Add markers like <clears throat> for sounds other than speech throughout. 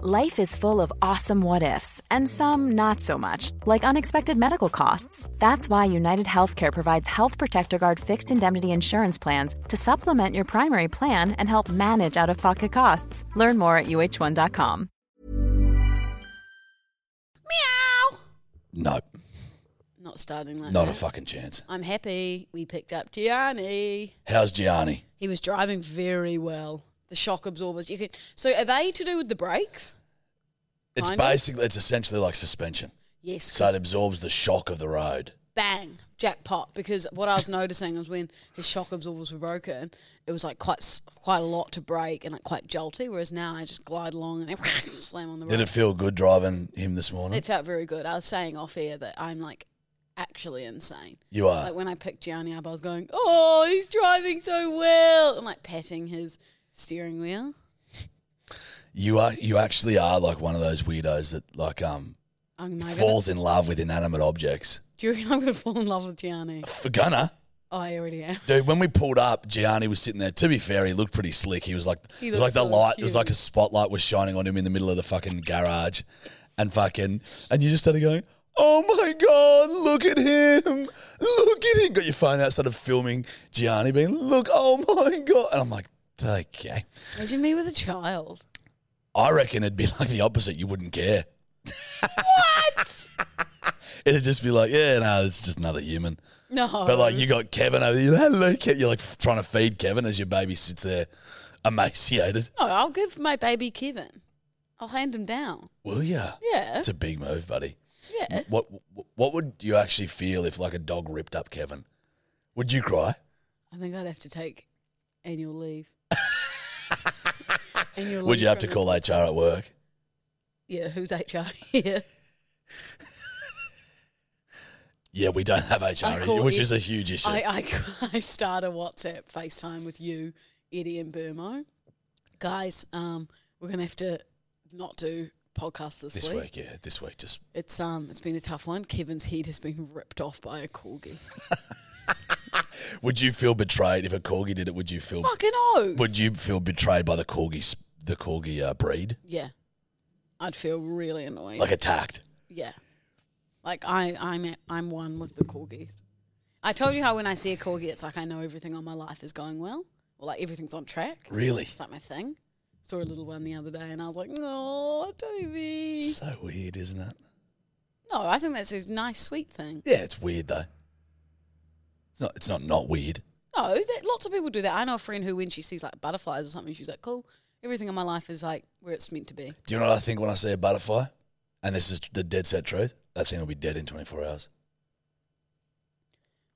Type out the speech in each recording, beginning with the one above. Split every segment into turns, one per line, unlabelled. Life is full of awesome what ifs, and some not so much, like unexpected medical costs. That's why United Healthcare provides Health Protector Guard fixed indemnity insurance plans to supplement your primary plan and help manage out of pocket costs. Learn more at uh1.com.
Meow.
No,
Not starting like
not a
that.
fucking chance.
I'm happy we picked up Gianni.
How's Gianni?
He was driving very well. The shock absorbers. You can. So are they to do with the brakes?
It's
Kind of.
basically, it's essentially like suspension,
Yes.
so
'cause
it absorbs the shock of the road.
bang jackpot. Because what I was noticing was when his shock absorbers were broken, it was like quite s- quite a lot to break and like quite jolty. Whereas now I just glide along and then <laughs> slam on the road.
Did it feel good driving him this morning?
It felt very good. I was saying off air that I'm like actually insane.
you are.
Like when I picked Gianni up, I was going, "Oh, he's driving so well," and like patting his steering wheel.
you are. You actually are like one of those weirdos that like um
I'm not gonna,
falls in love with inanimate objects.
<laughs> do you reckon I'm gonna fall in love with Gianni?
For Gunner,
Oh, I already am.
dude, when we pulled up, Gianni was sitting there. To be fair, he looked pretty slick. He was like,
He
it was like
looked
the
so
light. It was
cute.
like a spotlight was shining on him in the middle of the fucking garage, and fucking, and you just started going. Oh my God, look at him. Look at him. Got your phone out, started filming Gianni being, look, oh my God. And I'm like, okay.
Imagine me with a child.
I reckon it'd be <laughs> like the opposite. You wouldn't care. what? <laughs> It'd just be like, yeah, no, it's just another human.
No,
But like, you got Kevin over there. Hello, Kev. You're like f- trying to feed Kevin as your baby sits there emaciated.
No, I'll give my baby Kevin. I'll hand him down.
Will ya?
Yeah,
It's a big move, buddy.
yeah.
What What would you actually feel if like a dog ripped up Kevin? Would you cry?
I think I'd have to take
<laughs>
annual leave. annual
Would you have to
from-
call HR at work?
Yeah, who's HR
<laughs>
here?
Yeah, we don't have HR,
I call
which
it-
is a huge issue.
I, I, <laughs> I start a WhatsApp FaceTime with you, Eddie and Burmo. Guys, um, we're gonna have to not do podcasts this,
this week, yeah, this week, just
It's um, it's been a tough one. Kevin's head has been ripped off by a corgi.
Would you feel betrayed if a corgi did it? Would you feel?
Fucking oh.
Would you feel betrayed by the corgi? sp- The corgi uh, breed,
yeah, I'd feel really annoyed.
like attacked.
yeah, like I, I'm, at, I'm one with the corgis. I told you how when I see a corgi, it's like I know everything on my life is going well, or like everything's on track.
Really,
It's like my thing. Saw a little one the other day, and I was like, "No, Toby."
so weird, isn't it?
No, I think that's a nice, sweet thing.
Yeah, it's weird though. It's not. It's not not weird.
No, that, lots of people do that. I know a friend who, when she sees like butterflies or something, she's like, "Cool, everything in my life is like where it's meant to be."
Do you know what I think when I see a butterfly? And this is the dead set truth. That thing will be dead in 24 hours.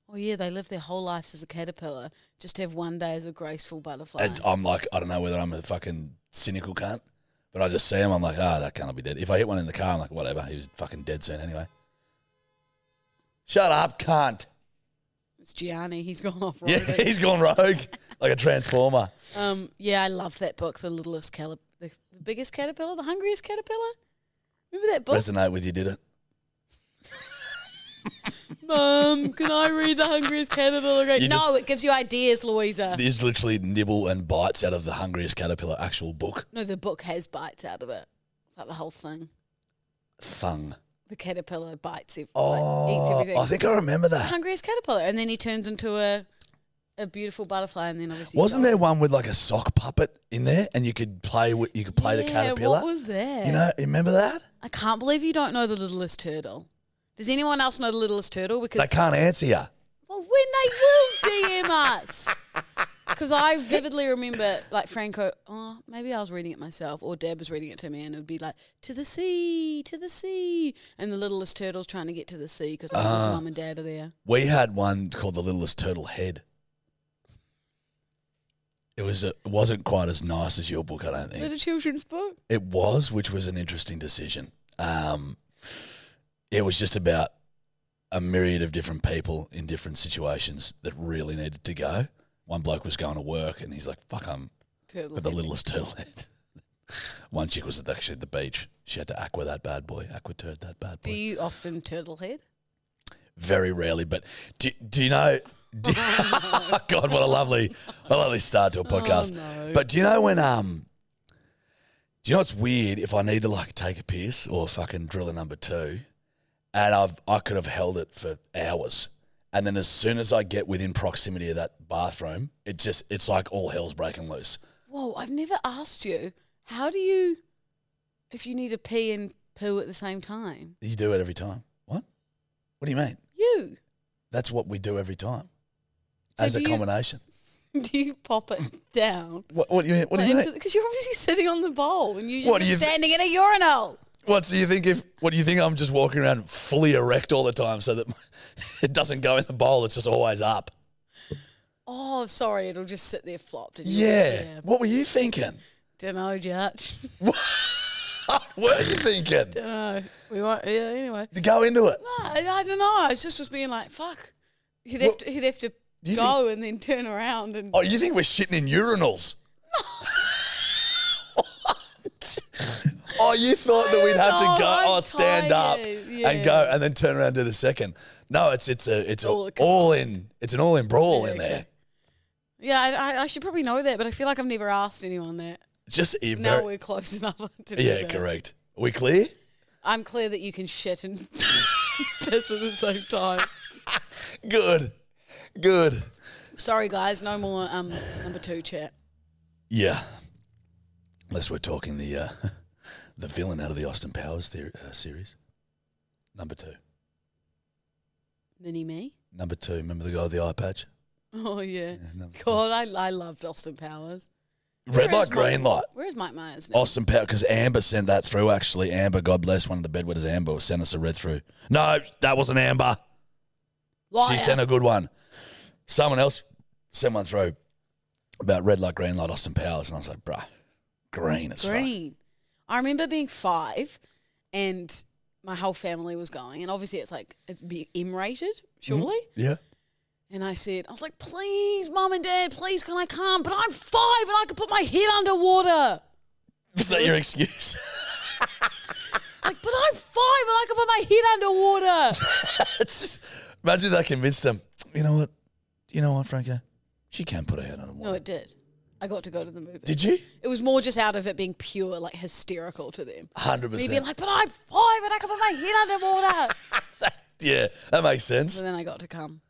Oh yeah, they live their whole lives as a caterpillar, just to have one day as a graceful butterfly.
And I'm like, I don't know whether I'm a fucking cynical cunt, but I just see him. I'm like, ah, that cunt will be dead. If I hit one in the car, I'm like, whatever. He was fucking dead soon anyway. Shut up, cunt.
it's Gianni. He's gone off
Yeah,
road.
<laughs> he's gone rogue like a transformer.
um, yeah, I loved that book, The Littlest Caterpillar, the, the biggest caterpillar, the hungriest caterpillar. Remember that book?
Resonate with you, did it?
<laughs> Mum, can I read The Hungriest Caterpillar again?
You
no,
just-
it gives you ideas, Louisa.
There's literally nibble and bites out of the Hungriest Caterpillar actual book.
no, the book has bites out of it. It's like the whole thing.
Thung.
The caterpillar bites ev- like, eats
Oh,
everything.
I think I remember
The
that.
hungriest caterpillar, and then he turns into a a beautiful butterfly, and then obviously
Wasn't
dies.
there one with like a sock puppet in there, and you could play with you could play the
Yeah,
caterpillar?
What was there?
You know, you remember that?
I can't believe you don't know the littlest turtle. Does anyone else know the littlest turtle? Because
They can't answer you.
well, when they will
<laughs>
DM us, because I vividly remember like Franco. Oh, maybe I was reading it myself, or Deb was reading it to me, and it would be like to the sea, to the sea, and the littlest turtle's trying to get to the sea because his
Ah.
mum and dad are there.
We had one called the Littlest Turtle Head. It was it wasn't quite as nice as your book, I don't
Is it
think.
a children's book?
It was, which was an interesting decision. Um, it was just about a myriad of different people in different situations that really needed to go. One bloke was going to work, and he's like, "Fuck, I'm
Turtle.
at the littlest <laughs> turtle head." One chick was at the- actually at the beach. She had to aqua that bad boy, aqua turd that bad boy.
Do you often turtle head?
Very rarely, but do, do you know? do- <laughs> God, what a lovely, what a lovely start
Oh,
to a podcast. But do you know when? Um, do you know what's weird? If I need to like take a piss or fucking drill a number two, and I've I could have held it for hours, and then as soon as I get within proximity of that bathroom, it just it's like all hell's breaking loose.
Whoa, I've never asked you. How do you, if you need to pee and poo at the same time?
You do it every time. What? What do you mean?
You.
That's what we do every time,
So
as a
do you-
combination.
<laughs> Do you pop it down?
What, what do you what do you mean?
Because you're obviously sitting on the bowl and you're
What
just
do you thi-
standing in a urinal.
What do you think? If what do you think? I'm just walking around fully erect all the time, so that <laughs> it doesn't go in the bowl. It's just always up.
Oh, sorry, it'll just sit there flopped. And you-
Yeah. What were you thinking?
<laughs>
<laughs>
Don't know, Judge.
what were you thinking?
<laughs> Don't know. We won't. Yeah. Anyway.
To go into it.
No, I, I don't know. I was just was being like, fuck. He'd have
Well,
to, he'd have to
do you
go and then turn around and.
Oh, you think we're shitting in
<laughs>
urinals? What? Oh, you thought that
I
we'd have
don't
to go,
know,
oh,
I'm
stand up
tired,
and
yeah.
go, and then turn around to the second. No, it's it's a it's a
All a
all in. It's an all in brawl
Yeah,
in
okay.
there.
Yeah, I, I, I should probably know that, but I feel like I've never asked anyone that.
Just a
Now
very-
we're close <laughs> enough. To do
yeah,
that.
correct. we clear?
I'm clear that you can shit and <laughs> piss at the same time.
Good. Good.
Sorry, guys, no more um number two chat.
Yeah. Unless we're talking the uh, <laughs> the villain out of the Austin Powers theory, uh, series. Number two.
Mini me.
Number two. Remember the guy with the eye patch?
<laughs> Oh yeah.
Yeah, number two.
God, I I loved Austin Powers.
Red
Where
light,
is Mike-
green light.
Where is Mike Myers now?
Austin Powers, because Amber sent that through, actually. Amber, God bless, one of the bedwetters, Amber, sent us a red through. No, that wasn't Amber.
Liar.
She sent a good one. Someone else sent one through about red light, green light, Austin Powers. And I was like, bruh, green as fuck.
green. I remember being five, and my whole family was going, and obviously it's like it's be M rated, surely.
Yeah. <laughs> Mm-hmm.
And I said, I was like, please, mum and dad, please, can I come? But I'm five, and I can put my head underwater.
Is that your excuse? <laughs>
Like, but I'm five, and I can put my head
<laughs>
underwater.
It's- Imagine if I convinced them. You know what? You know what, Franco? She can put her head on a wall.
no, it did. I got to go to the movie.
Did you?
It was more just out of it being pure, like hysterical to them.
Hundred
They'd be
percent.
like, but I'm five, and I can put my head underwater. <laughs>
Yeah, that makes sense.
so then I got to come.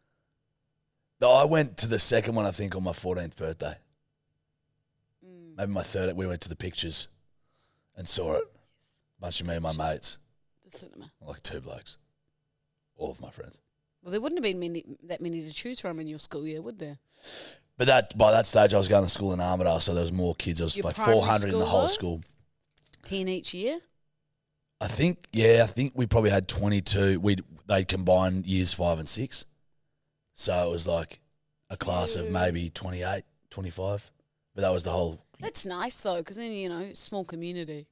No, I went to the second one. I think on my fourteenth birthday.
Mm.
Maybe my third. We went to the pictures, and saw it. Bunch of me and my mates,
The cinema.
like two blokes, all of my friends.
Well, there wouldn't have been many that many to choose from in your school year, would there?
But that by that stage, I was going to school in Armidale, so there was more kids. There was
Your
like
primary
four hundred in the
school,
whole
though?
school.
Ten each year.
I think, yeah, I think we probably had 22. We they combined years five and six, so it was like a class of maybe 28, 25. But that was the whole.
That's nice though, because then you know, small community.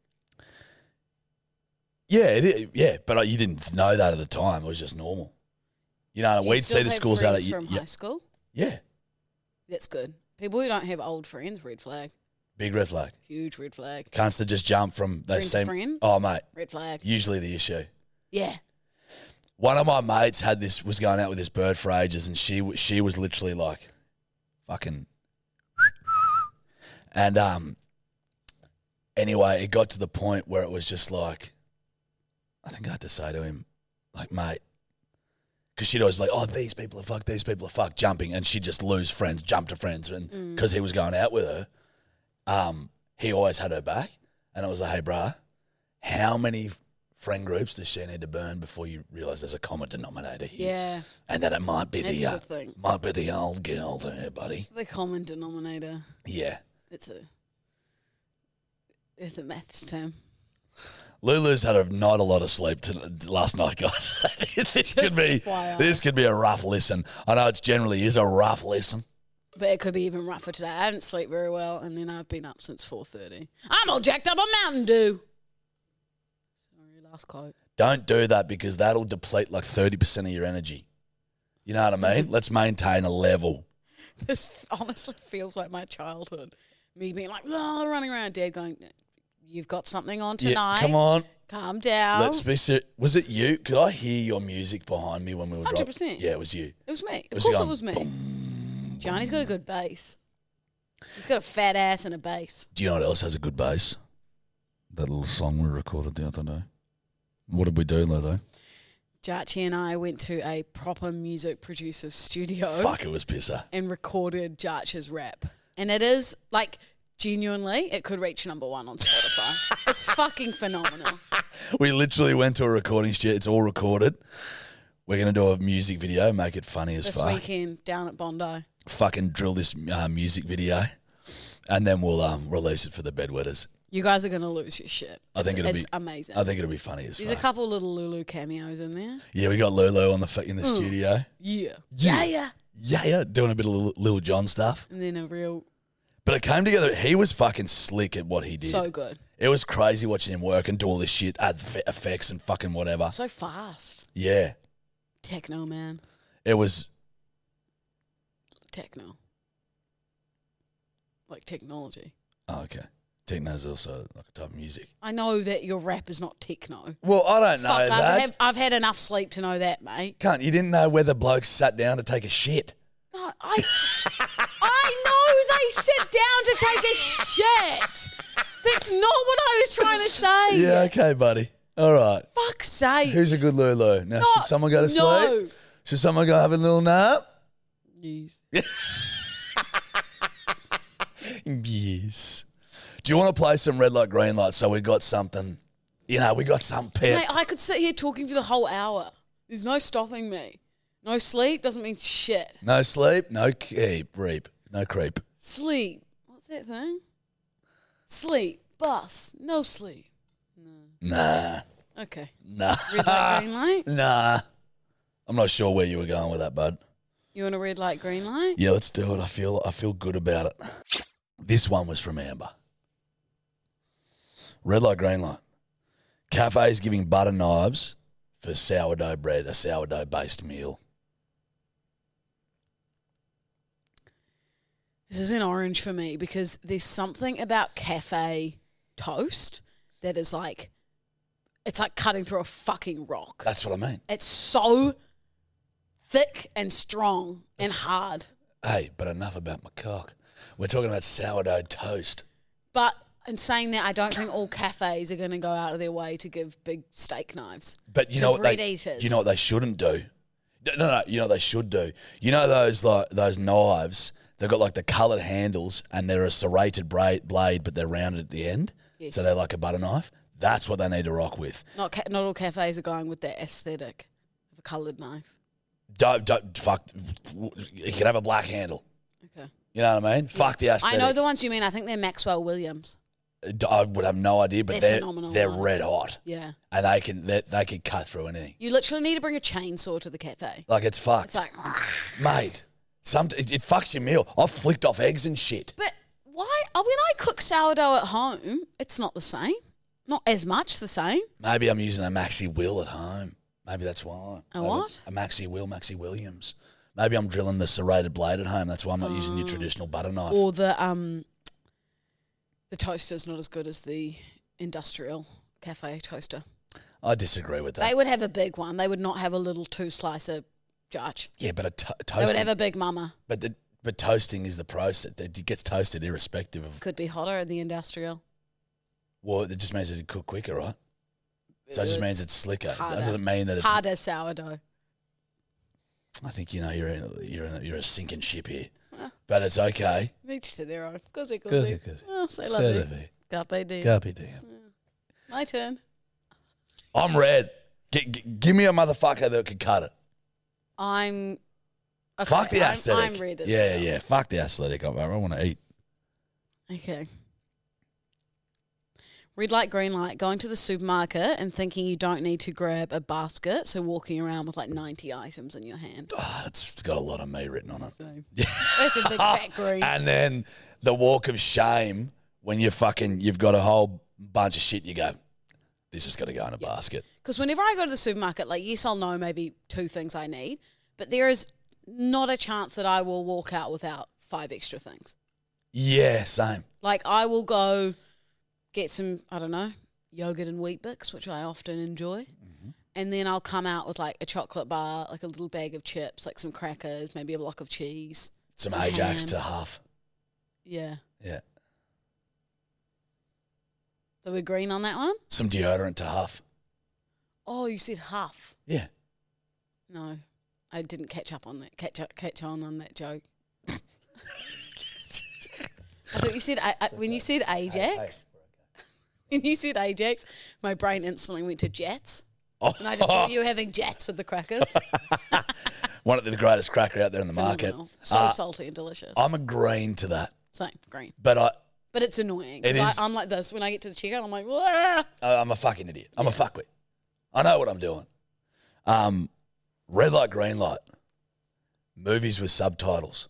Yeah, it, i- yeah, but uh, you didn't know that at the time. It was just normal. You know,
Do you
Uh, we'd
still
see the
have
schools out at
friends
y-
from
yeah,
high school.
yeah,
That's good. People who don't have old friends, red flag,
big red flag.
huge red flag,
Can't they just jump from they
Friend to
seem?
friend?
Oh mate,
red flag.
usually the issue.
Yeah,
one of my mates had this was going out with this bird for ages, and she w- she was literally like, fucking, and um. Anyway, it got to the point where it was just like, I think I had to say to him, like, mate, because she'd always be like, oh, these people are fucked, these people are fucked, jumping, and she'd just lose friends, jump to friends, and
Mm.
because he was going out with her, um, he always had her back, and I was like, hey, bruh, how many friend groups does she need to burn before you realise there's a common denominator here?
yeah.
And that it might be the,
That's
uh,
the thing.
might be the old girl there, buddy.
The common denominator.
Yeah.
It's a. It's a maths term.
Lulu's had a, not a lot of sleep tonight last night, guys. <laughs> this could be
FYI.
this could be a rough listen. I know it generally is a rough listen.
But it could be even rougher today. I haven't slept very well, and then I've been up since four thirty. I'm all jacked up on Mountain Dew. Sorry, last quote. <laughs>
Don't do that because that'll deplete like 30% of your energy. You know what I
Mm-hmm.
mean? Let's maintain a level.
This f- honestly feels like my childhood. Me being like, oh, running around, Dad going, "You've got something on
Yeah,
tonight.
come on.
calm down."
Let's be ser- Was it you? Could I hear your music behind me when we were driving?
100%.
Yeah, it was you.
It was me. Of
Was he
course, it
going,
was me. Johnny's got a good bass. He's got a fat ass and a bass.
Do you know what else has a good bass? That little song we recorded the other day. What did we do, Lolo?
Jarchi and I went to a proper music producer's studio
Fuck, it was pisser.
and recorded Jarch's rap. And it is like genuinely, it could reach number one
<laughs>
on Spotify. it's fucking phenomenal.
We literally went to a recording studio. It's all recorded. We're going to do a music video, make it funny as
this
fuck.
weekend down at Bondi.
Fucking drill this uh, music video and then we'll um, release it for the bedwetters.
You guys are gonna lose your shit.
I think
it's,
it'll
it's
be-
amazing.
I think it'll be funny as
There's a
fuck.
couple little Lulu cameos in there.
yeah, we got Lolo on the f- in the studio. Yeah.
Yeah. Hmm. Yeah, yeah.
Yeah, yeah, doing a bit of Lil, Lil John stuff.
And then a real
But it came together. He was fucking slick at what he did.
so good.
It was crazy watching him work and do all this shit, add f- effects and fucking whatever.
So fast.
Yeah,
Techno man.
it was.
Techno. Like technology.
Oh, okay. Techno's also like a type of music.
I know that your rap is not techno.
Well, I don't know
Fuck,
that.
I've, have, I've had enough sleep to know that, mate.
Can't you didn't know whether blokes sat down to take a shit?
No, I, I know they sit down to take a shit. That's not what I was trying to say.
Yeah, okay, buddy. All right.
Fuck's sake.
Who's a good Lulu? Now,
No,
should someone go to sleep?
no.
Should someone go have a little nap?
Yes.
Yes. Do you want to play some red light, green light? So we got something. You know, we got some pep.
Mate, I could sit here talking for the whole hour. There's no stopping me. No sleep doesn't mean shit.
No sleep, no keep, reap, no creep.
Sleep. What's that thing? Sleep. Bus. No sleep.
Nah,
Okay.
nah, <laughs>
Red light, green light.
nah. I'm not sure where you were going with that, bud.
You want a red light, green light?
Yeah, let's do it. I feel I feel good about it. This one was from Amber. Red light, green light. Cafes giving butter knives for sourdough bread, a sourdough based meal.
This is an orange for me because there's something about cafe toast that is like, it's like cutting through a fucking rock.
That's what I mean.
It's so thick and strong and hard.
Hey, but enough about my cock. We're talking about sourdough toast.
But in saying that, I don't think all cafes are going to go out of their way to give big steak knives.
But you
to
know what they
breed eaters.
you know what they shouldn't do. No, no, no, you know what they should do. You know those like those knives. They've got like the coloured handles and they're a serrated bra- blade, but they're rounded at the end.
Yes.
So they're like a butter knife. That's what they need to rock with.
Not ca- not all cafes are going with that aesthetic of a coloured knife.
Don't, don't fuck. You can have a black handle.
Okay.
You know what I mean? Fuck the
I
aesthetic.
know the ones you mean. I think they're Maxwell Williams.
D- I would have no idea, but
They're
they're they're,
phenomenal knives.
red hot
Yeah.
and they can they, they can cut through anything.
You literally need to bring a chainsaw to the cafe.
Like it's fucked.
It's like,
Mate, some it, it fucks your meal. I've flicked off eggs and shit.
but why? oh, When I cook sourdough at home, it's not the same. Not as much the same.
Maybe I'm using a maxi will at home. Maybe that's why.
A
Maybe-
what?
A maxi will, maxi Williams. Maybe I'm drilling the serrated blade at home. That's why I'm not using your traditional butter knife.
Oh. Or the um, the toaster's not as good as the industrial cafe toaster.
I disagree with
They
that.
would have a big one. They would not have a little two slicer judge.
yeah, but a to-
They would
toasting.
have a big mama.
but the, but toasting is the process. It it gets toasted irrespective of.
Could be hotter in the industrial.
Well, it just means that it cook quicker, right? So it just means it's slicker.
harder.
That doesn't mean that it's.
Harder sourdough.
I think you know you're in, you're in, you're a sinking ship here,
Ah.
but it's okay.
Each to their own. Cosy,
Cosy,
cosy.
cosy.
Oh, so
C'est
lovely.
la vie.
Carpe diem.
Carpe diem.
My turn.
I'm red. G- g- give me a motherfucker that could cut it.
I'm. okay,
Fuck the
I'm-
aesthetic.
I'm red as
yeah,
well.
yeah. Fuck the aesthetic. I, I want to eat.
Okay. Red light, green light, going to the supermarket and thinking you don't need to grab a basket, so walking around with like 90 items in your hand.
Ah, it's, it's got a lot of me written on it. <laughs>
That's a big fat green.
And then the walk of shame when you fucking you've got a whole bunch of shit. You go, this has got to go in a basket.
Because whenever I go to the supermarket, like, yes, I'll know maybe two things I need, but there is not a chance that I will walk out without five extra things.
Yeah, same.
Like, I will go get some, I don't know, yogurt and wheat bix, which I often enjoy.
Mm-hmm.
And then I'll come out with like a chocolate bar, like a little bag of chips, like some crackers, maybe a block of cheese.
Some
Some
Ajax
ham.
to half.
Yeah.
Yeah.
So we're green on that one?
Some deodorant to half.
Oh, you said half.
Yeah.
No, I didn't catch up on that. Catch up, catch on on that joke. <laughs> I thought you said I, I, when you said Ajax. <laughs> When you said Ajax, my brain instantly went to Jets,
Oh,
and I just thought you were having Jets with the crackers.
<laughs> one of the greatest cracker out there in the <laughs> market.
Phenomenal. Oh, so
Uh,
salty and delicious.
I'm agreeing to that,
Same green,
but I,
but it's annoying.
It
'cause I-
is.
I'm like this when I get to the checkout. I'm like, "Wah."
I- I'm a fucking idiot. I'm a fuckwit. I know what I'm doing. Um, red light, green light. Movies with subtitles.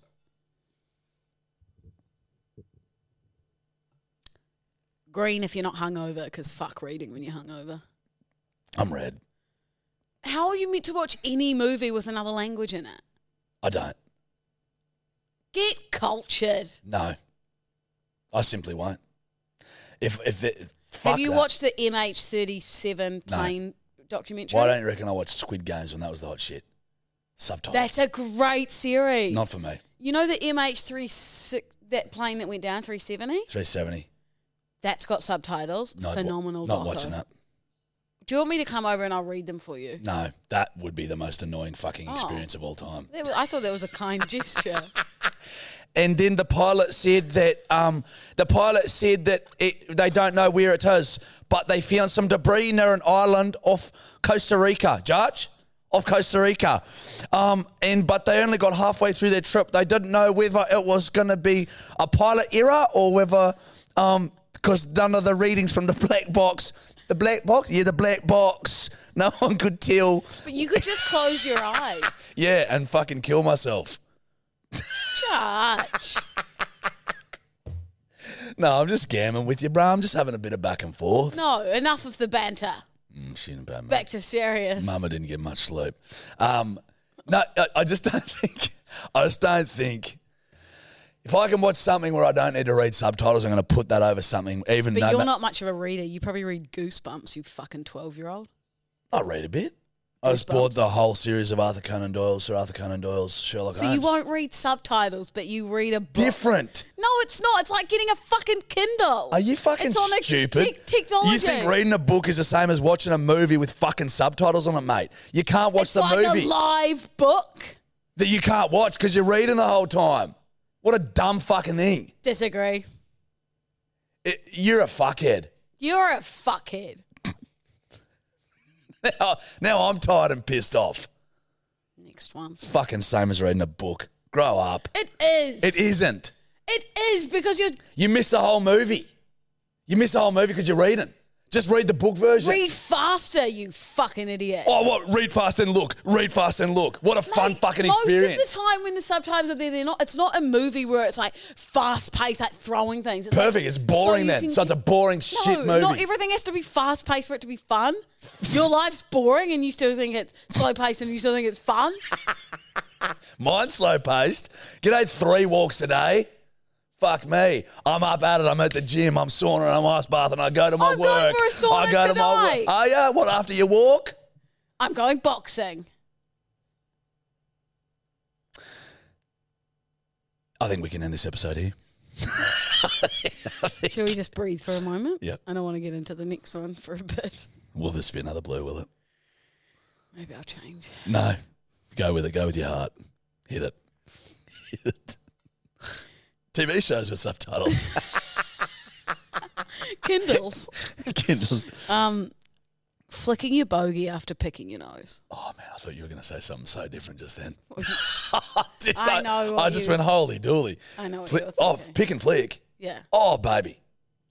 green if you're not hungover, because fuck reading when you're hungover.
I'm red.
How are you meant to watch any movie with another language in it?
I don't.
Get cultured.
No. I simply won't. If if it, fuck
Have you
that.
watched the MH37
No.
plane documentary?
Why don't you reckon I watched Squid Games when that was the hot shit? Subtitles.
That's a great series.
Not for me.
You know the MH36 that plane that went down 370?
370.
That's got subtitles.
No, I'd wa-
Phenomenal.
Not
doco.
watching that.
Do you want me to come over and I'll read them for you?
No, that would be the most annoying fucking
Oh.
experience of all time.
That was- I thought that was a kind gesture.
And then the pilot said that um, the pilot said that it, they don't know where it is, but they found some debris near an island off Costa Rica. Judge, off Costa Rica, um, and but they only got halfway through their trip. They didn't know whether it was going to be a pilot error or whether because none of the readings from the black box, the black box, yeah, the black box, <laughs> no one could tell.
But you could just close your eyes.
Yeah, and fucking kill myself.
Judge.
No, I'm just gammon with you, bro. I'm just having a bit of back and forth.
No, enough of the banter.
Mm, shit about mate.
Back to serious.
Mama didn't get much sleep. Um, no, I, I just don't <laughs> think. I just don't think. If I can watch something where I don't need to read subtitles, I'm going to put that over something. Even
But
though
you're
ma-
not much of a reader. You probably read Goosebumps, you fucking 12 year old.
I read a bit. I just
Goosebumps.
bought the whole series of Arthur Conan Doyle, Sir Arthur Conan Doyle's Sherlock
So
Holmes.
you won't read subtitles, but you read a book.
different.
No, it's not. It's like getting a fucking Kindle.
Are you fucking
It's on a
stupid?
tech- technology.
You think reading a book is the same as watching a movie with fucking subtitles on it, mate? You can't watch
it's
the
like
movie
a live book.
that you can't watch because you're reading the whole time. What a dumb fucking thing!
Disagree.
It- you're a fuckhead. <laughs>
You're a fuckhead.
now, now I'm tired and pissed off.
Next one.
Fucking same as reading a book. Grow up.
It is.
It isn't.
It is because you're
You missed the whole movie. You missed the whole movie because you're reading. Just read the book version.
read faster, you fucking idiot.
Oh, what? Read fast and look. Read fast and look. What a fun
Mate,
fucking
most
experience.
Most of the time when the subtitles are there, they're not. It's not a movie where it's like fast paced, like throwing things. It's
Perfect.
like-
It's boring
you
then.
can
So it's a
get-
boring
No,
shit movie.
not everything has to be fast paced for it to be fun. Your life's boring and you still think it's slow paced and you still think it's fun.
Mine's slow paced. G'day, three walks a day. Fuck me. I'm up at it. I'm at the gym. I'm sauna. I'm ice bath, and I go to my
I'm
work.
going for a sauna
I go to my
today.
work. Oh yeah. What after you walk?
I'm going boxing.
I think we can end this episode here.
Shall we just breathe for a moment?
Yep.
I don't want to get into the next one for a bit.
Will this be another blue? Will it?
Maybe I'll change.
<laughs> No. Go with it. Go with your heart. Hit it. Hit it. <laughs> TV shows with
<laughs>
subtitles.
Kindles.
Kindle.
um, flicking your bogey after picking your nose.
Oh man, I thought you were going to say something so different just
<laughs>
then. <laughs> Just,
I know what
I just
you-
went holy dooly.
I know what
Fli-
you're
oh,
thinking.
pick and flick.
Yeah.
Oh baby,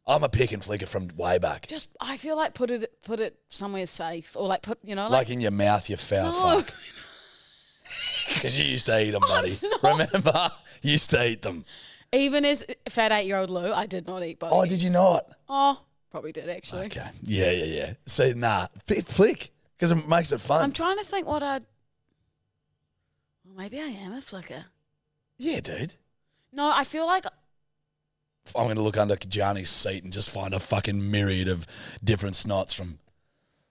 I'm a pick and flicker from way back.
Just I feel like put it put it somewhere safe or like put you know
like
like,
in your mouth, you foul
no. Oh,
fuck. Because you used to eat them, buddy.
not.
Remember? <laughs> You used to eat them.
oh, Even as fat eight year old Lou, I did not eat both.
Oh, did you not?
Oh, probably did actually.
Okay. Yeah, yeah, yeah. See, nah, pick flick because it makes it fun.
I'm trying to think what I'd. Well, maybe I am a flicker.
yeah, dude.
No, I feel like
I'm going to look under Gianni's seat and just find a fucking myriad of different snots from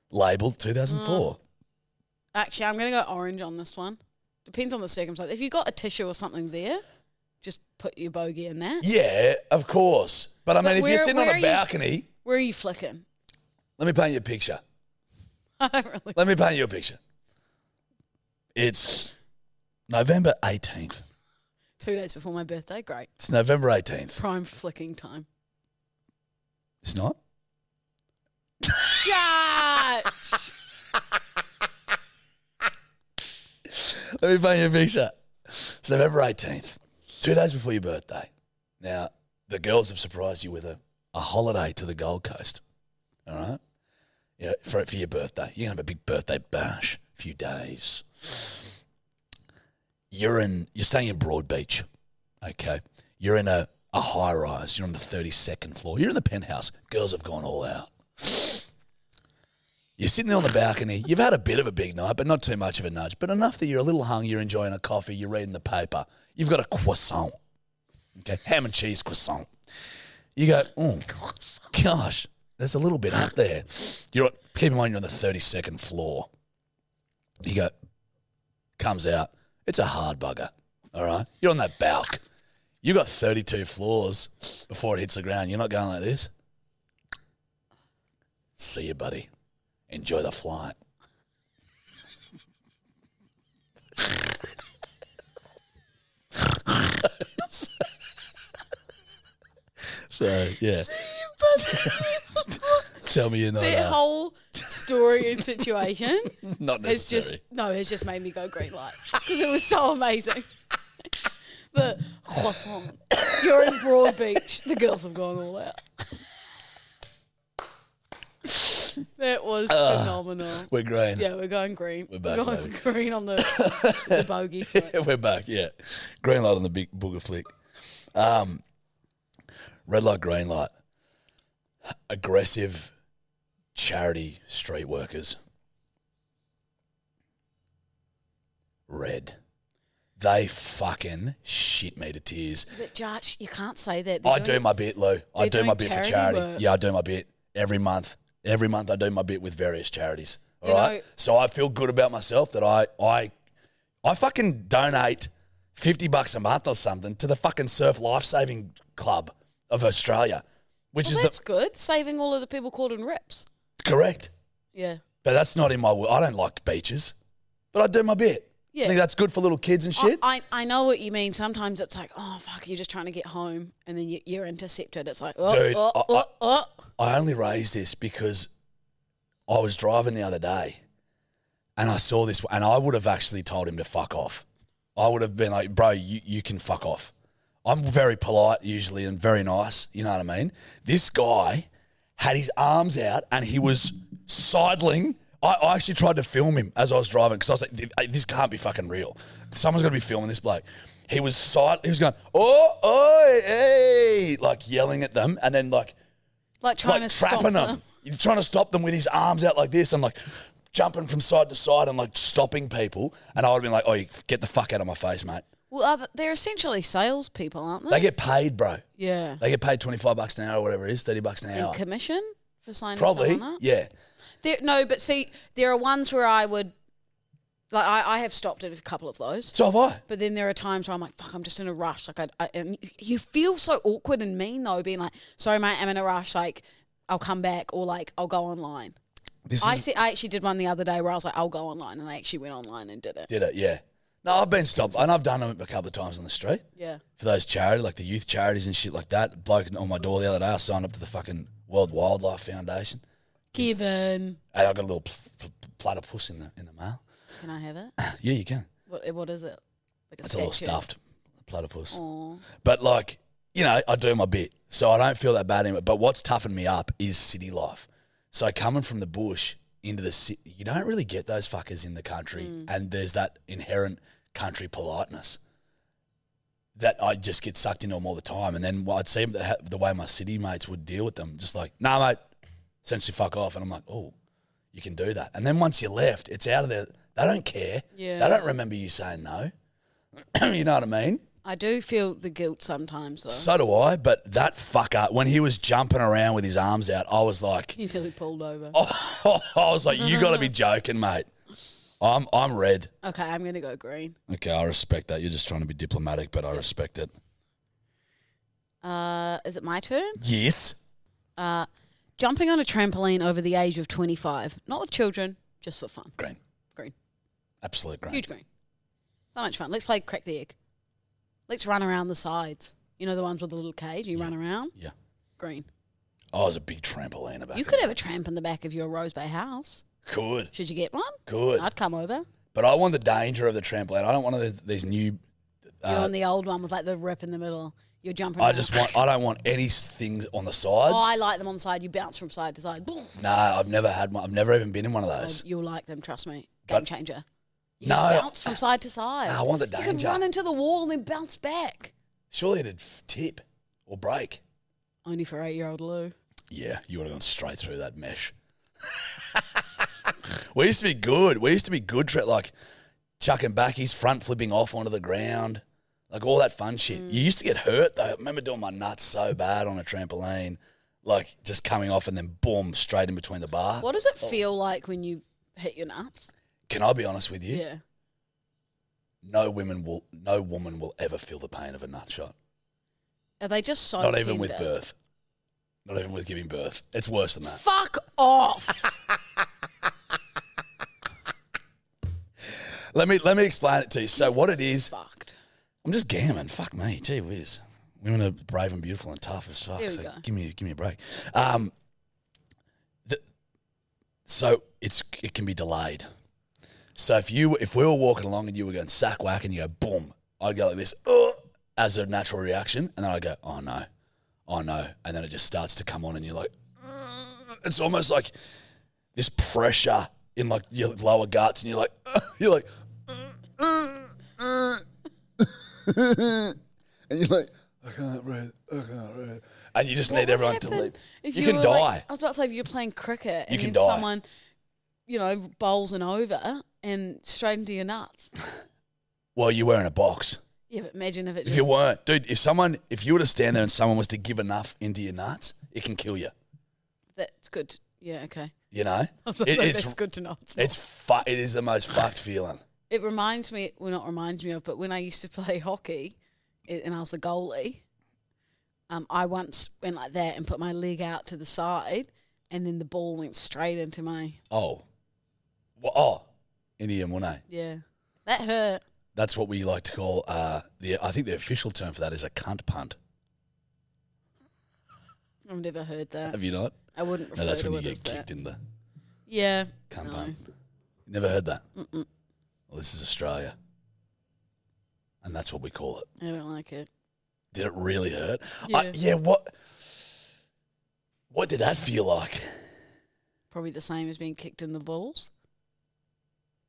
label 2004.
actually I'm gonna go orange on this one. Depends on the circumstance. If you got a tissue or something there, just put your bogey in there.
Yeah, of course. But I
Mm. But
mean, if
where-
you're sitting
where
on
are
a
you-
balcony,
Where are you flicking? <laughs>
let me paint you a picture.
I don't really.
Let me paint you a picture. It's November 18th.
Two days before my birthday, great.
It's November 18th.
Prime flicking time.
<laughs> It's not? <laughs>
Judge!
Let me paint you a picture. It's November 18th, two days before your birthday. Now, the girls have surprised you with a, a holiday to the Gold Coast. All right? You know, for, for your birthday. You're going to have a big birthday bash, a few days. You're in, you're staying in Broadbeach. Okay. You're in a, a high rise. You're on the 32nd floor. You're in the penthouse. Girls have gone all out. You're sitting there on the balcony. You've had a bit of a big night, but not too much of a nudge. But enough that you're a little hung. You're enjoying a coffee. You're reading the paper. You've got a croissant. Okay, ham and cheese croissant. You go, oh, gosh, there's a little bit up there. You're keep in mind you're on the 32nd floor. You go, comes out. It's a hard bugger. All right, you're on that balk. You got 32 floors before it hits the ground. You're not going like this. See you, buddy. Enjoy the flight. <laughs> so, yeah. Tell me you're not.
That
uh,
whole story and
<laughs>
situation
not
has
necessary.
just no, has just made me go green light because it was so amazing. <laughs> the croissant. You're in Broadbeach. The girls have gone all out. That was phenomenal.
We're green.
Yeah, we're going green.
We're back,
going green on the,
<laughs>
the bogey. foot.
Yeah, we're back. Yeah, green light on the big booger flick. Um, red light, green light. Aggressive charity street workers. Red. They fucking shit me to tears.
But Josh, you can't say that. They're
I do
doing-
my bit, Lou. I
they're
do my
doing
bit for
charity
charity.
work.
Yeah, I do my bit every month. Every month I do my bit with various charities. All
You
right.
know-
so I feel good about myself that I I I fucking donate fifty bucks a month or something to the fucking Surf Life Saving Club of Australia, which
Well,
is
that's
the
good. Saving all of the people caught in rips.
correct.
Yeah.
But that's not in my. will. I don't like beaches, but I do my bit.
Yeah.
I think that's good for little kids and shit.
I, I, I know what you mean. Sometimes it's like, oh, fuck, you're just trying to get home and then you, you're intercepted. It's like, oh,
Dude,
oh,
I-
oh,
I-
oh.
I only raised this because I was driving the other day and I saw this, and I would have actually told him to fuck off. I would have been like, bro, you, you can fuck off. I'm very polite usually and very nice. You know what I mean? This guy had his arms out and he was sidling. I, I actually tried to film him as I was driving because I was like, "Th- this can't be fucking real. Someone's going to be filming this bloke. He was side, he was going, oh, oh, hey, like yelling at them and then like
Like trying
like
to
trapping
stop
them. You're trying to stop them with his arms out like this and like jumping from side to side and like stopping people. And I would have been like, oh, you get the fuck out of my face, mate.
Well, are th- they're essentially salespeople, aren't they?
They get paid, bro.
yeah.
They get paid 25 bucks an hour or whatever it is, 30 bucks an
In
hour.
commission for signing
Probably.
someone up?
Yeah.
There, no, but see, there are ones where I would, like, I, I have stopped at a couple of those.
So have I.
But then there are times where I'm like, fuck, I'm just in a rush. Like, I, I and you feel so awkward and mean though, being like, sorry, mate, I'm in a rush. Like, I'll come back, or like, I'll go online.
This
I
is,
see. I actually did one the other day where I was like, I'll go online, and I actually went online and did it.
did it, yeah. No, I've been stopped. And I've done them a couple of times on the street.
Yeah.
for those charity, like the youth charities and shit like that. Bloke on my door the other day, I signed up to the fucking World Wildlife Foundation.
Given.
Hey, I got a little pl- pl- platypus in the in the mail. <clears throat>
Can I have it?
yeah, you can.
What? What is it? Like
It's a little
statue?
stuffed platypus.
Aw.
But like, you know, I do my bit. So I don't feel that bad anymore. But what's toughened me up is city life. So coming from the bush into the city, you don't really get those fuckers in the country. And there's that inherent country politeness that I just get sucked into them all the time. And then I'd see the, the way my city mates would deal with them, just like, nah, mate, essentially fuck off. And I'm like, oh, you can do that. And then once you're left, it's out of there. They don't care.
Yeah.
They don't remember you saying no. <clears throat> you know what I mean?
I do feel the guilt sometimes, though. <laughs>
So do I. But that fucker, when he was jumping around with his arms out, I was like,
you nearly pulled over.
oh, <laughs> I was like, you got to be joking, mate. I'm I'm red.
Okay, I'm gonna go green.
Okay, I respect that. You're just trying to be diplomatic, but I respect it.
Uh, is it my turn?
Yes.
Uh, jumping on a trampoline over the age of 25, not with children, just for fun.
Green.
Green,
Absolute green.
huge green. So much fun. Let's play crack the egg. Let's run around the sides. You know the ones with the little cage. You run around.
Yeah.
Green.
I was a big trampoline about
You could have a tramp in the back of your Rose Bay house.
Could.
Should you get one?
Could.
I'd come over.
But I want the danger of the trampoline. I don't want the, these new.
You're
Uh,
on the old one with like the rip in the middle. You're jumping.
I
around.
just want. I don't want any things on the sides.
Oh, I like them on the side. You bounce from side to side. Boom.
no, I've never had one. I've never even been in one of
Oh,
those.
you'll like them, trust me. Game
But-
changer. You
No. Ah,
can bounce from side to side.
I want the
You
danger.
can run into the wall and then bounce back.
Surely it'd f- tip or break.
Only for eight-year-old Lou.
Yeah, you would have gone straight through that mesh. <laughs> we used to be good. We used to be good, tra- like chucking back, his front flipping off onto the ground, like all that fun shit. You used to get hurt though. I remember doing my nuts so bad on a trampoline, like just coming off and then boom, straight in between the bar.
What does it feel like when you hit your nuts?
Can I be honest with you?
Yeah.
No women will, no woman will ever feel the pain of a nut shot.
Are they just so
Not even with
tender?
birth. Not even with giving birth. It's worse than that.
Fuck off.
Let me let me explain it to you. So what it <laughs> is,
Fucked.
I'm just gammon. Fuck me. Gee whiz. Women are brave and beautiful and tough as fuck.
There we
so
go.
give me give me a break. Um, the, so it's it can be delayed. So if you if we were walking along and you were going sack whack and you go boom, I'd go like this "Ugh," as a natural reaction, and then I go oh no, oh no, and then it just starts to come on, and you're like, "Ugh." it's almost like this pressure in like your lower guts, and you're like <laughs> you're like. "Ugh, ugh, ugh." and you're like, I can't breathe, I can't breathe. And you just
What
need
would
everyone to
happen
leave.
if
You can
were,
die.
like- I was about to say, if you're playing cricket and
You can
then
die.
someone, you know, bowls an over and straight into your nuts.
well, you were in a box.
Yeah, but imagine if it
If
just...
you weren't, dude, if someone, if you were to stand there and someone was to give enough into your nuts, it can kill you.
That's good. Yeah, okay. <laughs>
You know, it
That's
is.
good to know. It's, not.
It's fu- It is the most fucked feeling.
It reminds me, well, not reminds me of, but when I used to <laughs> play hockey i- and I was the goalie, um, I once went like that and put my leg out to the side, and then the ball went straight into my
Oh, well, oh, Indian, wouldn't I?
yeah. That hurt.
That's what we like to call uh, the. I think the official term for that is a cunt punt.
I've never heard that.
Have you not?
I wouldn't. Refer
No, that's
to
when you
it as
get kicked
that.
in the
Yeah.
cunt
no.
punt. Never heard that.
Mm-mm.
Well, this is Australia, and that's what we call it.
I don't like it.
Did it really hurt? I,
Yeah.
yeah. What? What did that feel like?
Probably the same as being kicked in the balls.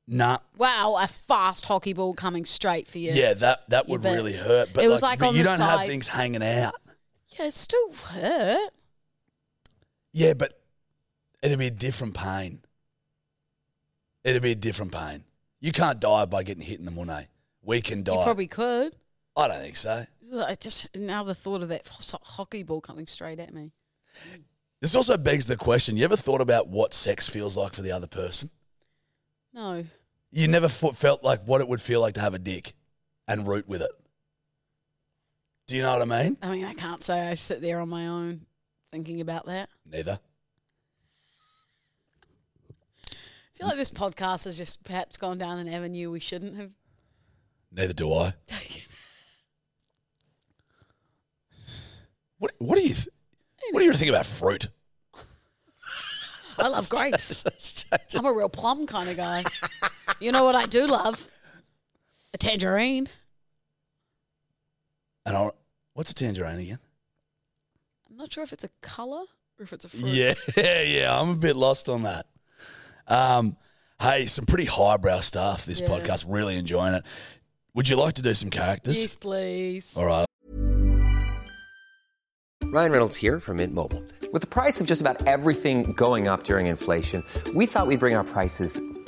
Nah.
Wow, a fast hockey ball coming straight for you.
Yeah, that that
You
would
bet.
really hurt. But
It was
like,
like
but
on
you
the
don't have
side.
things hanging out.
Yeah, it still hurt.
Yeah, but it'd be a different pain. It'd be a different pain. You can't die by getting hit in the morning. We can die.
You probably could.
I don't think so.
Ugh, I just now the thought of that ho- hockey ball coming straight at me.
This also begs the question: You ever thought about what sex feels like for the other person?
No,
You never f- felt like what it would feel like to have a dick and root with it. Do you know what I mean?
I mean I can't say I sit there on my own thinking about that.
Neither.
I feel
<laughs>
like this podcast has just perhaps gone down an avenue we shouldn't have <laughs>
Neither do I. <laughs>
taken.
What What do you th- What do you think about fruit?
I love
<laughs>
grapes. I'm a real plum kind of guy. you know what I do love? A tangerine.
And I, What's a tangerine again?
I'm not sure if it's a color or if it's a fruit.
Yeah, <laughs> yeah, I'm a bit lost on that. Um, hey, some pretty highbrow stuff this
Yeah.
podcast. Really enjoying it. Would you like to do some characters?
Yes, please.
All right.
Ryan Reynolds here from Mint Mobile. With the price of just about everything going up during inflation, we thought we'd bring our prices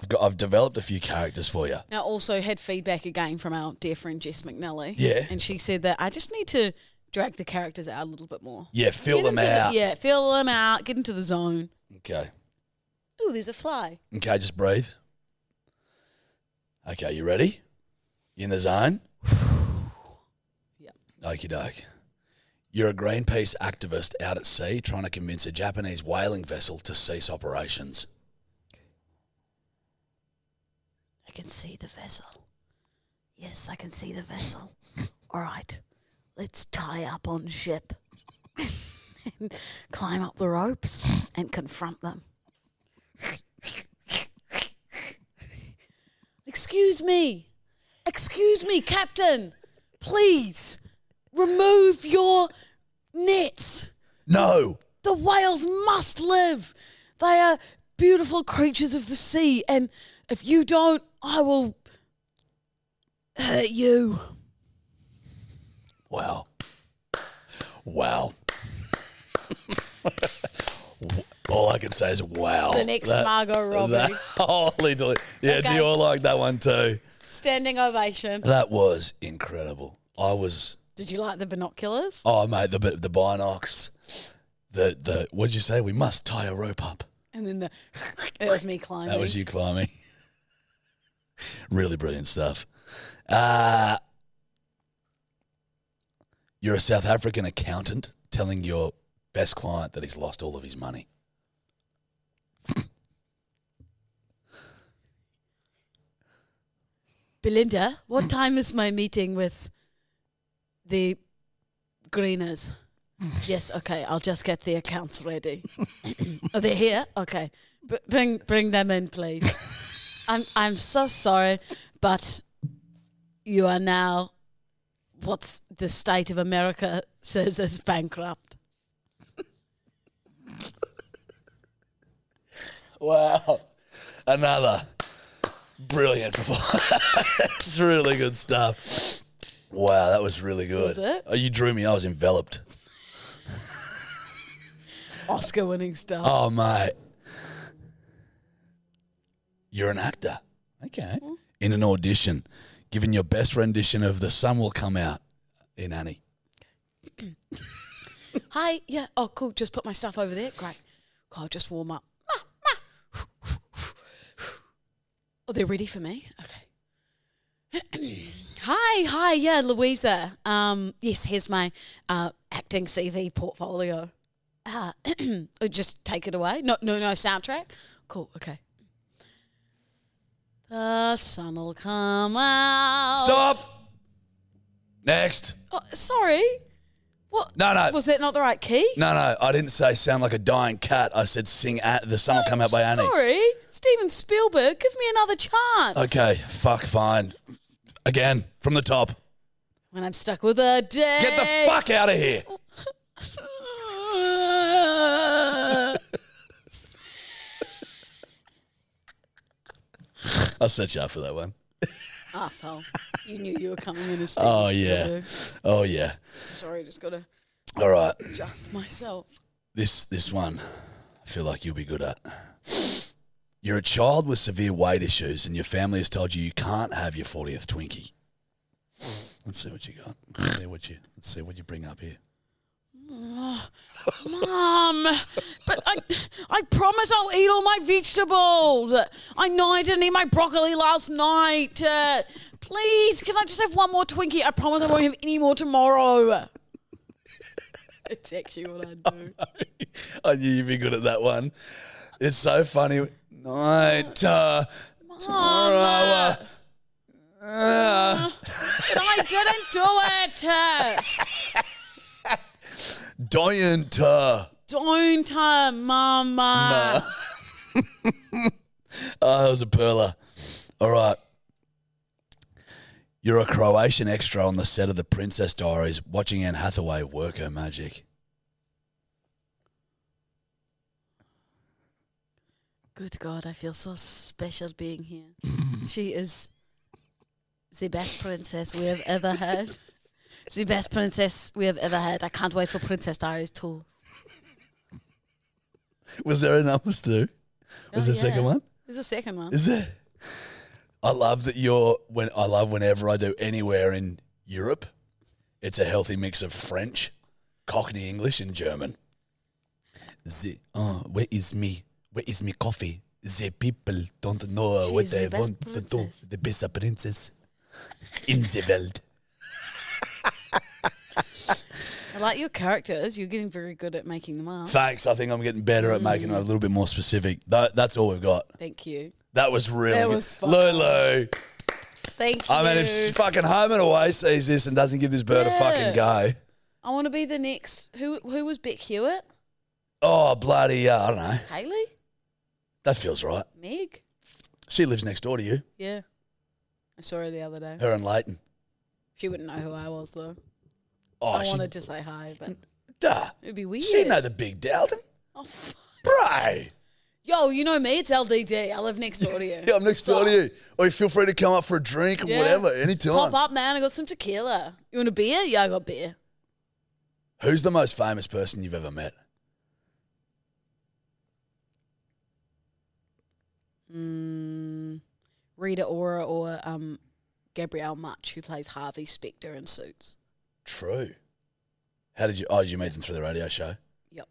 I've, got, I've developed a few characters for you.
Now, also had feedback again from our dear friend Jess McNally.
Yeah.
And she said that I just need to drag the characters out a little bit more.
Yeah, fill
Get
them
into the-
out.
yeah, fill them out. Get into the zone.
Okay.
Ooh, there's a fly.
Okay, just breathe. Okay, you ready? You in the zone?
<sighs> Yep.
Okie doke. You're a Greenpeace activist out at sea trying to convince a Japanese whaling vessel to cease operations.
I can see the vessel. Yes, I can see the vessel. All right, let's tie up on ship <laughs> and climb up the ropes and confront them. Excuse me. Excuse me, Captain. Please remove your nets.
No!
The whales must live. They are beautiful creatures of the sea, and if you don't, I will hurt you.
Wow. Wow. <laughs> all I can say is wow.
The next Margot Robbie.
<laughs> holy deli- Yeah, do
Okay.
you all like that one too?
Standing ovation.
That was incredible. I was
Did you like the binoculars?
Oh mate, the the binocs, the the what did you say? We must tie a rope up.
And then the it was me climbing.
That was you climbing. <laughs> really brilliant stuff. Uh, you're a South African accountant telling your best client that he's lost all of his money.
Belinda, what time is my meeting with the greeners? yes, okay, I'll just get the accounts ready. <coughs> Are they here? Okay. B- bring bring them in, please. <laughs> I'm I'm so sorry, but you are now what the state of America says is bankrupt.
Wow, another brilliant <laughs> performance. That's really good stuff. Wow, that was really good.
Was it?
Oh, you drew me. I was enveloped.
Oscar winning stuff.
Oh, mate. You're an actor. Okay. In an audition, giving your best rendition of The Sun Will Come Out in Annie.
Hi, yeah. Oh, cool. Just put my stuff over there. Great. God, I'll just warm up. Ma, ma. Oh, they're ready for me. Okay. <clears throat> hi, hi. Yeah, Louisa. Um, yes, here's my uh, acting CV portfolio. Uh, <clears throat> oh, just take it away. No, no, no soundtrack. Cool. Okay. The sun'll come out.
Stop. Next.
Oh, sorry. What?
No, no.
Was that not the right key?
No, no, I didn't say sound like a dying cat. I said sing at The Sun Will Come Out by Annie.
Sorry, Steven Spielberg, give me another chance.
Okay, fuck, fine. Again, from the top.
When I'm stuck with a day.
Get the fuck out of here. I'll set you up for that one.
<laughs> Asshole. You knew you were coming in as Steven
Oh, yeah.
Spielberg.
Oh, yeah.
Sorry, just got to
All right.
adjust myself.
This this one. feel like you'll be good at. You're a child with severe weight issues, and your family has told you you can't have your 40th Twinkie. Let's see what you got. Let's see what you. Let's see what you bring up here.
Mom, but I, I promise I'll eat all my vegetables. I know I didn't eat my broccoli last night. Uh, please, can I just have one more Twinkie? I promise I won't have any more tomorrow. <laughs> it's actually what I do.
I knew you'd be good at that one. It's so funny. Night uh, tomorrow. Uh, uh,
But I didn't do it. Uh,
<laughs> diant. Uh,
don't, uh, Mama.
Oh, that was a perler. All right. You're a Croatian extra on the set of The Princess Diaries watching Anne Hathaway work her magic.
Good God, I feel so special being here. she is the best princess we have ever had. the best princess we have ever had. I can't wait for Princess Diaries 2.
Was there a number two?
Oh,
Was there a second one?
There's a second one.
Is there? I love that you're when I love whenever I do anywhere in Europe, it's a healthy mix of French, Cockney English, and German. The uh, where is me? Where is me coffee? The people don't know what
She's
they
the best
want to do.
princess.
The best princess in the world.
I like your characters. You're getting very good at making them up.
Thanks. I think I'm getting better at making it
Mm.
a little bit more specific. That, that's all we've got.
Thank you.
That was really
That
good.
was fun.
Lulu.
Thank you.
I mean, if fucking home and away sees this and doesn't give this bird a fucking go.
I want to be the next. Who Who was Beck Hewitt?
Oh, bloody, uh, I don't know.
Haley?
That feels right.
Meg?
She lives next door to you,
Yeah. I saw her the other day.
her and Leighton.
She wouldn't know who I was, though.
Oh,
I
she,
wanted to say hi, but
duh.
it'd be weird.
She know the big Dowden.
Oh, fuck.
Bro.
Yo, you know me. It's LDD. I live next door to you.
<laughs> Yeah, I'm next door to you. Or you feel free to come up for a drink or
Yeah.
whatever, anytime.
Pop up, man. I got some tequila. You want a beer? Yeah, I got beer.
Who's the most famous person you've ever met?
Mm, Rita Ora or um, Gabrielle Much, who plays Harvey Specter in Suits.
True. How did you, oh, did you meet them through the radio show?
Yep.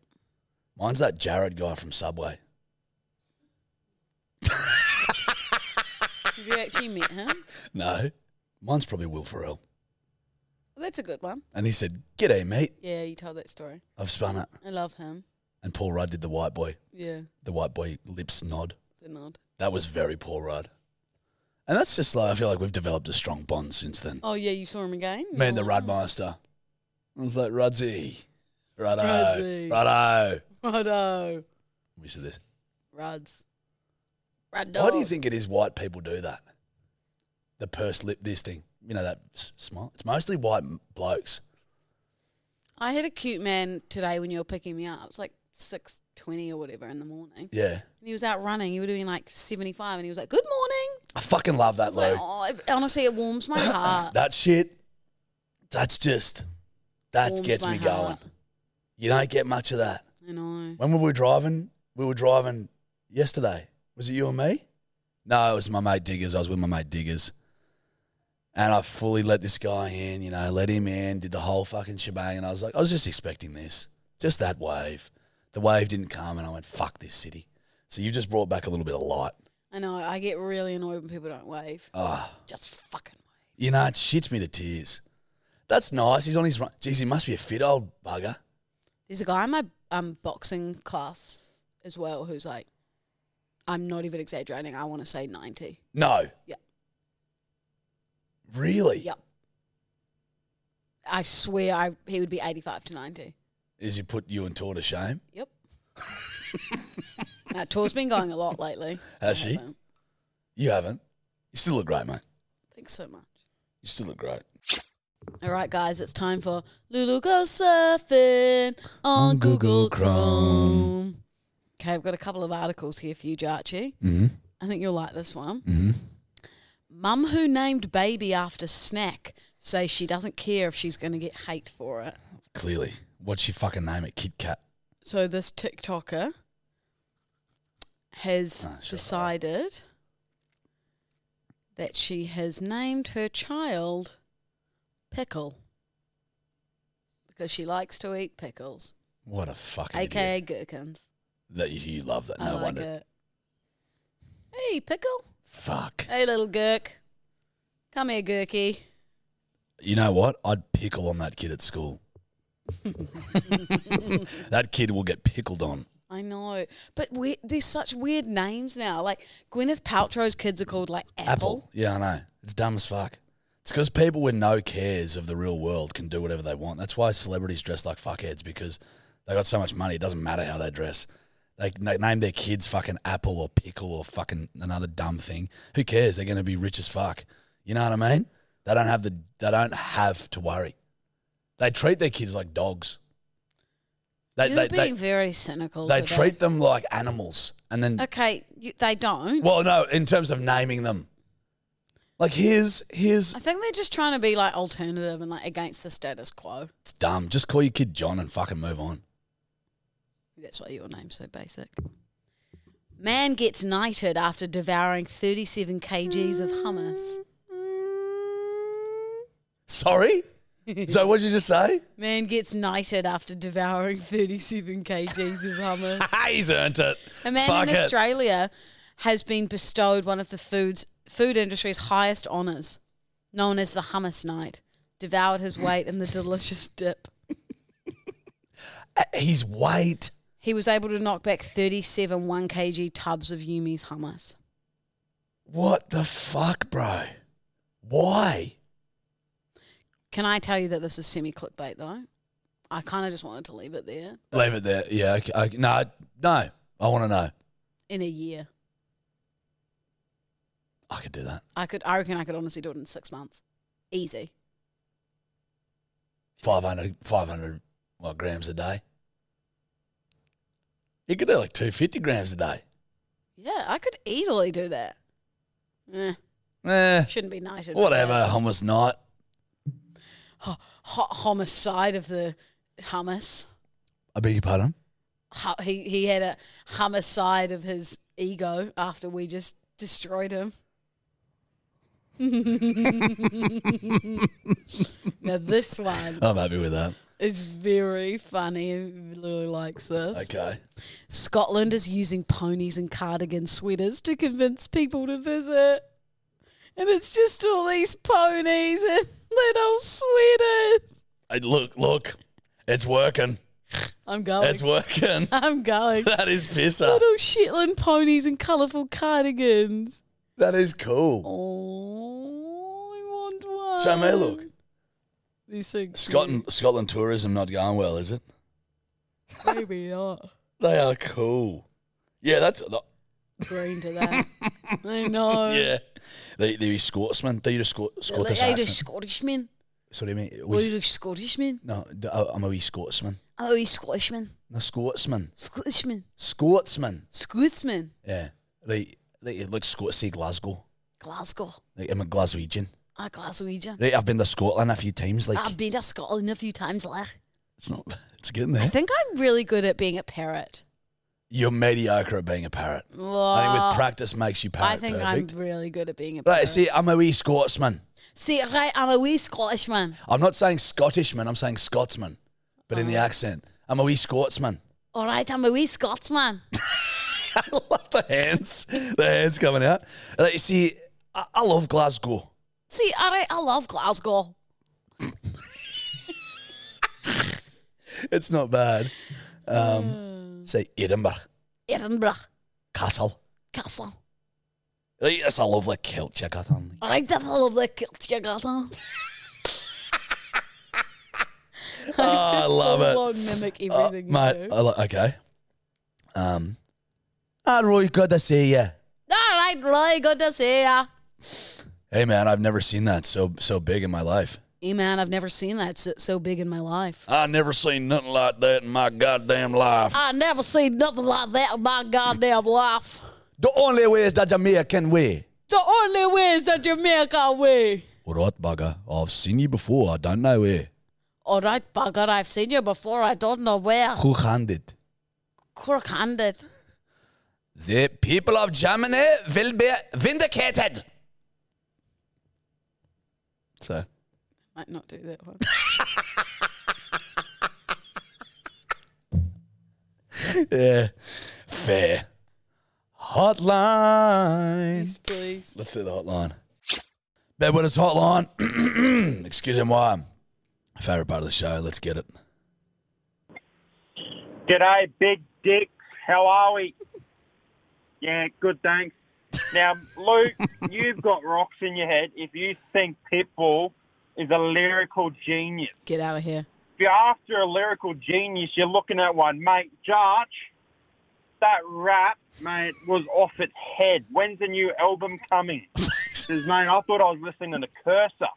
Mine's that Jared guy from Subway.
Have you actually
<laughs>
met him?
No. Mine's probably Will Ferrell.
That's a good one.
And he said, G'day, mate.
Yeah, you told that story.
I've spun it.
I love him.
And Paul Rudd did the white boy,
Yeah,
the white boy lips nod.
the nod.
That was very Paul Rudd. And that's just like, I feel like we've developed a strong bond since then.
Oh, yeah, you saw him again?
Me and the
Oh.
Rudmaster. I was like, Rudsy. Ruddo.
Rudsy.
Ruddo.
Ruddo.
We said this.
Ruds. Rud
Why do you
dog.
think it is white people do that? The purse lip, this thing. You know, that s- smile. It's mostly white m- blokes.
I had a cute man today when you were picking me up. It was like 6.20 or whatever in the morning.
Yeah.
And he was out running. He would have been like 75 and he was like, good morning.
I fucking love
I
that,
was
Lou.
like, oh, uh, it, honestly, it warms my
<laughs>
heart.
that shit, that's just, that
Warms
gets
my
me going.
heart.
You don't get much of that.
I know.
When were we driving? We were driving yesterday. Was it you and me? No, it was my mate Diggers. I was with my mate Diggers. And I fully let this guy in, you know, let him in, did the whole fucking shebang. And I was like, I was just expecting this, just that wave. The wave didn't come, and I went, fuck this city. So you just brought back a little bit of light.
I know. I get really annoyed when people don't wave.
Ah.
Just fucking wave.
You know, it shits me to tears. That's nice. He's on his run. Jeez, he must be a fit old bugger.
There's a guy in my um, boxing class as well who's like, I'm not even exaggerating. I want to say 90.
No.
Yeah.
Really?
Yep. I swear I, he would be 85 to 90.
Is he put you and Tor to shame?
Yep. now, Tor's been going a lot lately.
Has
I
she?
haven't.
You haven't. You still look great, mate.
Thanks so much.
You still look great.
All right, guys, it's time for Lulu Go Surfing on,
On Google
Google
Chrome.
Chrome. Okay, I've got a couple of articles here for you, Jarchi.
Mm-hmm.
I think you'll like this one.
Mm-hmm.
Mum who named baby after snack says she doesn't care if she's going to get hate for it.
Clearly. What'd she fucking name it? Kit Kat.
So this TikToker
Ah,
has decided that she has named her child Pickle because she likes to eat pickles,
What a fucking
aka
idiot.
gherkins.
That you, you love that.
I
No
like
wonder.
it. Hey, Pickle.
Fuck.
Hey, little gherk. Come here, gherky.
You know what? I'd pickle on that kid at
<laughs>
school. that kid will get pickled on.
I know, but we, there's such weird names now. Like Gwyneth Paltrow's kids are called like Apple.
Yeah, I know. It's dumb as fuck. It's because people with no cares of the real world can do whatever they want. That's why celebrities dress like fuckheads because they got so much money. It doesn't matter how they dress. They they name their kids fucking apple or pickle or fucking another dumb thing. Who cares? They're going to be rich as fuck. You know what I mean? They don't have the they don't have to worry. They treat their kids like dogs. They, they,
You're being
they,
very cynical.
they
today.
treat them like animals, and then
Okay, you, they don't.
well, no, in terms of naming them. Like here's here's
I think they're just trying to be like alternative and like against the status quo.
It's dumb. Just call your kid John and fucking move on.
That's why your name's so basic. Man gets knighted after devouring 37 kgs of hummus.
Sorry? so what did you just say?
<laughs>
<laughs>
Man gets knighted after devouring 37 kgs of
<laughs>
hummus.
He's earned it.
A man
Fuck
in
it.
Australia has been bestowed one of the food's food industry's highest honours, known as the Hummus Knight. Devoured his weight in the delicious dip.
A- Uh, He's white.
He was able to knock back 37 1 kg tubs of Yumi's hummus.
What the fuck, bro? Why?
Can I tell you that this is semi clickbait though? I kind of just wanted to leave it there.
Leave it there. Yeah. Okay, okay. No, no. I want to know.
In a year,
I could do that.
I could. I reckon I could honestly do it in six months, easy.
500, 500 what, grams a day. You could do like 250 grams a day.
Yeah, I could easily do that. Eh,
Eh,
shouldn't be knighted. for
whatever.
that.
Hummus night.
Ho- ho- homicide of the hummus.
I beg your pardon?
Hu- He he had a homicide of his ego after we just destroyed him. <laughs> now this one
I'm happy with that.
is very funny. and Really likes this.
Okay.
Scotland is using ponies and cardigan sweaters to convince people to visit. And it's just all these ponies and <laughs> little sweaters.
Hey, look, look. It's working.
I'm going.
It's <laughs> working.
I'm going.
Oh, That is pisser.
little Shetland ponies and colourful cardigans.
That is cool.
Oh, I want one.
Show me, look.
They're so
Scotland, Scotland tourism not going well, is it?
cute. Maybe not.
They are cool. Yeah, that's
Green to that.
<laughs>
I know.
yeah. They they be Scotsman. They do Scot
Are
Scottish
you
accent.
Scottishman?
Sorry, mate. It
Are
was-
you Scottishman?
no, d- I- I'm a wee Scotsman.
Oh, you Scottishman.
No, Scotsman.
Scottishman.
Scotsman.
Scotsman.
Yeah. They they look Scotsy Glasgow.
Glasgow.
Like, I'm a Glaswegian.
Ah, Glaswegian.
Right, I've been to Scotland a few times. Like
I've been to Scotland a few times, like.
it's not. <laughs> It's getting
I
there.
think I'm really good at being a parrot.
You're mediocre at being a parrot. I think
Well,
with practice makes you parrot
I think
perfect.
I'm really good at being a parrot.
Right, see, I'm a wee Scotsman.
See, right, I'm a wee Scottishman.
I'm not saying Scottishman, I'm saying Scotsman, but
Oh.
in the accent. I'm a wee Scotsman. <laughs>
All right, I'm a wee Scotsman.
I love the hands, the hands coming out. Like, you see, I, I love Glasgow.
See, all right, I love Glasgow.
It's not bad.
Hmm.
Um, say Edinburgh,
Edinburgh,
Castle.
Castle.
Like, it's a lovely kilt you got
<laughs>
on.
All right, that's a lovely kilt you got on.
Oh, I love it.
Full-on mimic
Uh,
everything you
mate,
do.
I li- okay. Um, ah, Roy, good to see you.
All right, really good to see ya.
Hey, man, I've never seen that so so big in my life.
Hey, man, I've never seen that so, so big in my life.
I never seen nothing like that in my goddamn life.
I never seen nothing like that in my goddamn life.
The only way is the Jamaican way.
The only way is the Jamaica way.
Alright, bugger. I've seen you before. I don't know where.
All right, bugger, I've seen you before. I don't know where.
Who handed?
Crook-handed.
The people of Germany will be vindicated. So,
Might not do that
<laughs>
one.
yeah, fair. Hotline.
Please, please.
Let's do the hotline. Bedwetters hotline. <clears throat> Excuse me, why? Favorite part of the show. Let's get it.
G'day, big dicks. How are we? Yeah, good, thanks. Now, Luke, you've got rocks in your head if you think Pitbull is a lyrical genius.
Get out of here.
If you're after a lyrical genius, you're looking at one. Mate, Jarch, that rap, mate, was off its head. When's the new album coming? Says, mate, I thought I was listening to the cursor.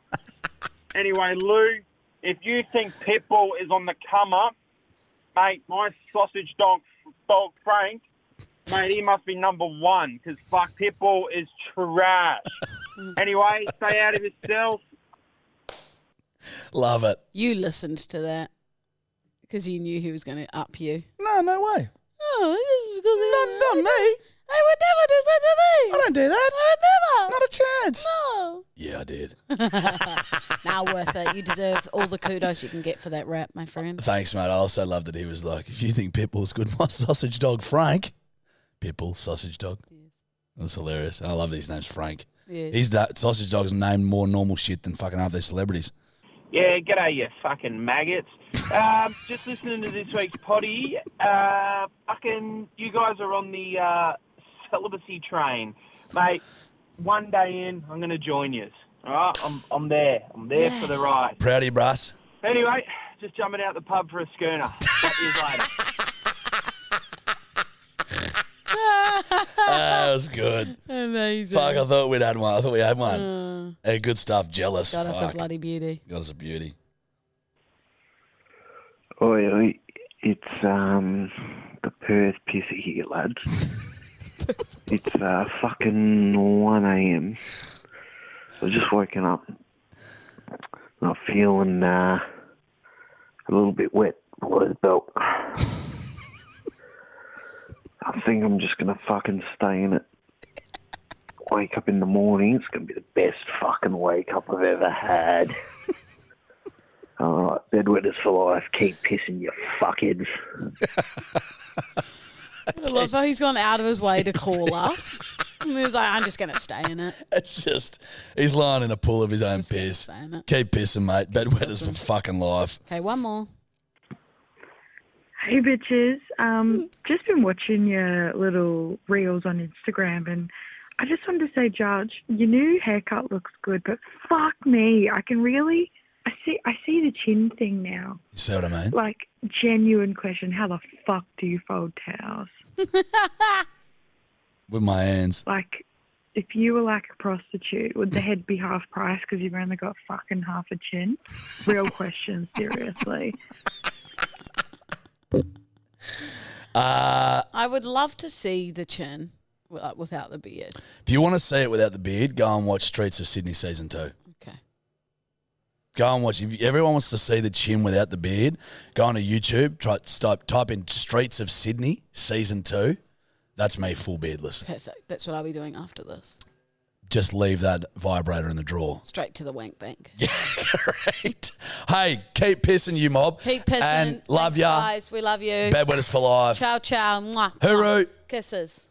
Anyway, Lou, if you think Pitbull is on the come up, mate, my sausage dog, dog Frank, mate, he must be number one because fuck, Pitbull is trash. anyway, stay out of yourself.
Love it.
You listened to that because you knew he was going to up you.
No, no way.
Oh,
Not, not me.
I would never do such a thing.
I don't do that.
I would never.
Not a chance.
No.
Yeah, I did.
Now worth it. You deserve all the kudos you can get for that rap, my friend.
Thanks, mate. I also love that he was like, if you think Pitbull's good, my sausage dog, Frank. Pitbull, sausage dog. That's hilarious. I love these names, Frank.
Yeah.
His da- sausage dog's named more normal shit than fucking half their celebrities.
Yeah, g'day, you fucking maggots. Um, just listening to this week's potty. Uh, fucking, you guys are on the uh, celibacy train, mate. One day in, I'm going to join you. All right, I'm I'm there. I'm there for the ride.
Proud of you, brass.
Anyway, just jumping out the pub for a schooner. Chat to you later.
Oh.
that was good.
<laughs> Amazing.
Fuck, I thought we'd had one. I thought we had one. hey, good stuff. Jealous.
Uh. Got us a
Fuck.
bloody beauty.
Got us a beauty.
Oi, oi. It's um the Perth pissy here, lads.
<laughs>
it's uh fucking one AM. I've just woken up. And I'm feeling uh a little bit wet below the belt. I think I'm just gonna fucking stay in it. Wake up in the morning, it's gonna be the best fucking wake up I've ever had. All right, bedwetters for life. Keep pissing your fuckheads.
I love how he's gone out of his way
<laughs>
to call us. And he's like, I'm just going to stay in it.
It's just, he's lying in a pool of his own
Just gonna
piss.
stay in it.
Keep pissing, mate. Bedwetters for fucking life.
Okay, one more.
Hey bitches, um, just been watching your little reels on Instagram, and I just wanted to say, Judge, your new haircut looks good, but fuck me, I can really, I see, I see the chin thing now.
You see what I mean?
Like, genuine question: How the fuck do you fold towels?
<laughs> With my hands.
Like, if you were like a prostitute, would the head be half price because you've only got fucking half a chin? Real question, seriously.
Uh,
I would love to see the chin wi- like, without the beard.
if you want to see it without the beard, go and watch Streets of Sydney season two.
Okay.
Go and watch. If you- everyone wants to see the chin without the beard, go onto YouTube. Try type type in Streets of Sydney season two. That's me full beardless.
Perfect. That's what I'll be doing after this.
Just leave that vibrator in the drawer. <laughs>
Straight to the wank bank.
Yeah, correct. Hey, keep pissing, you mob.
Keep pissing.
And love
Thanks,
ya.
Guys, we love you.
Bedwetters for life.
Ciao, ciao. Mwah.
Hooroo.
Kisses.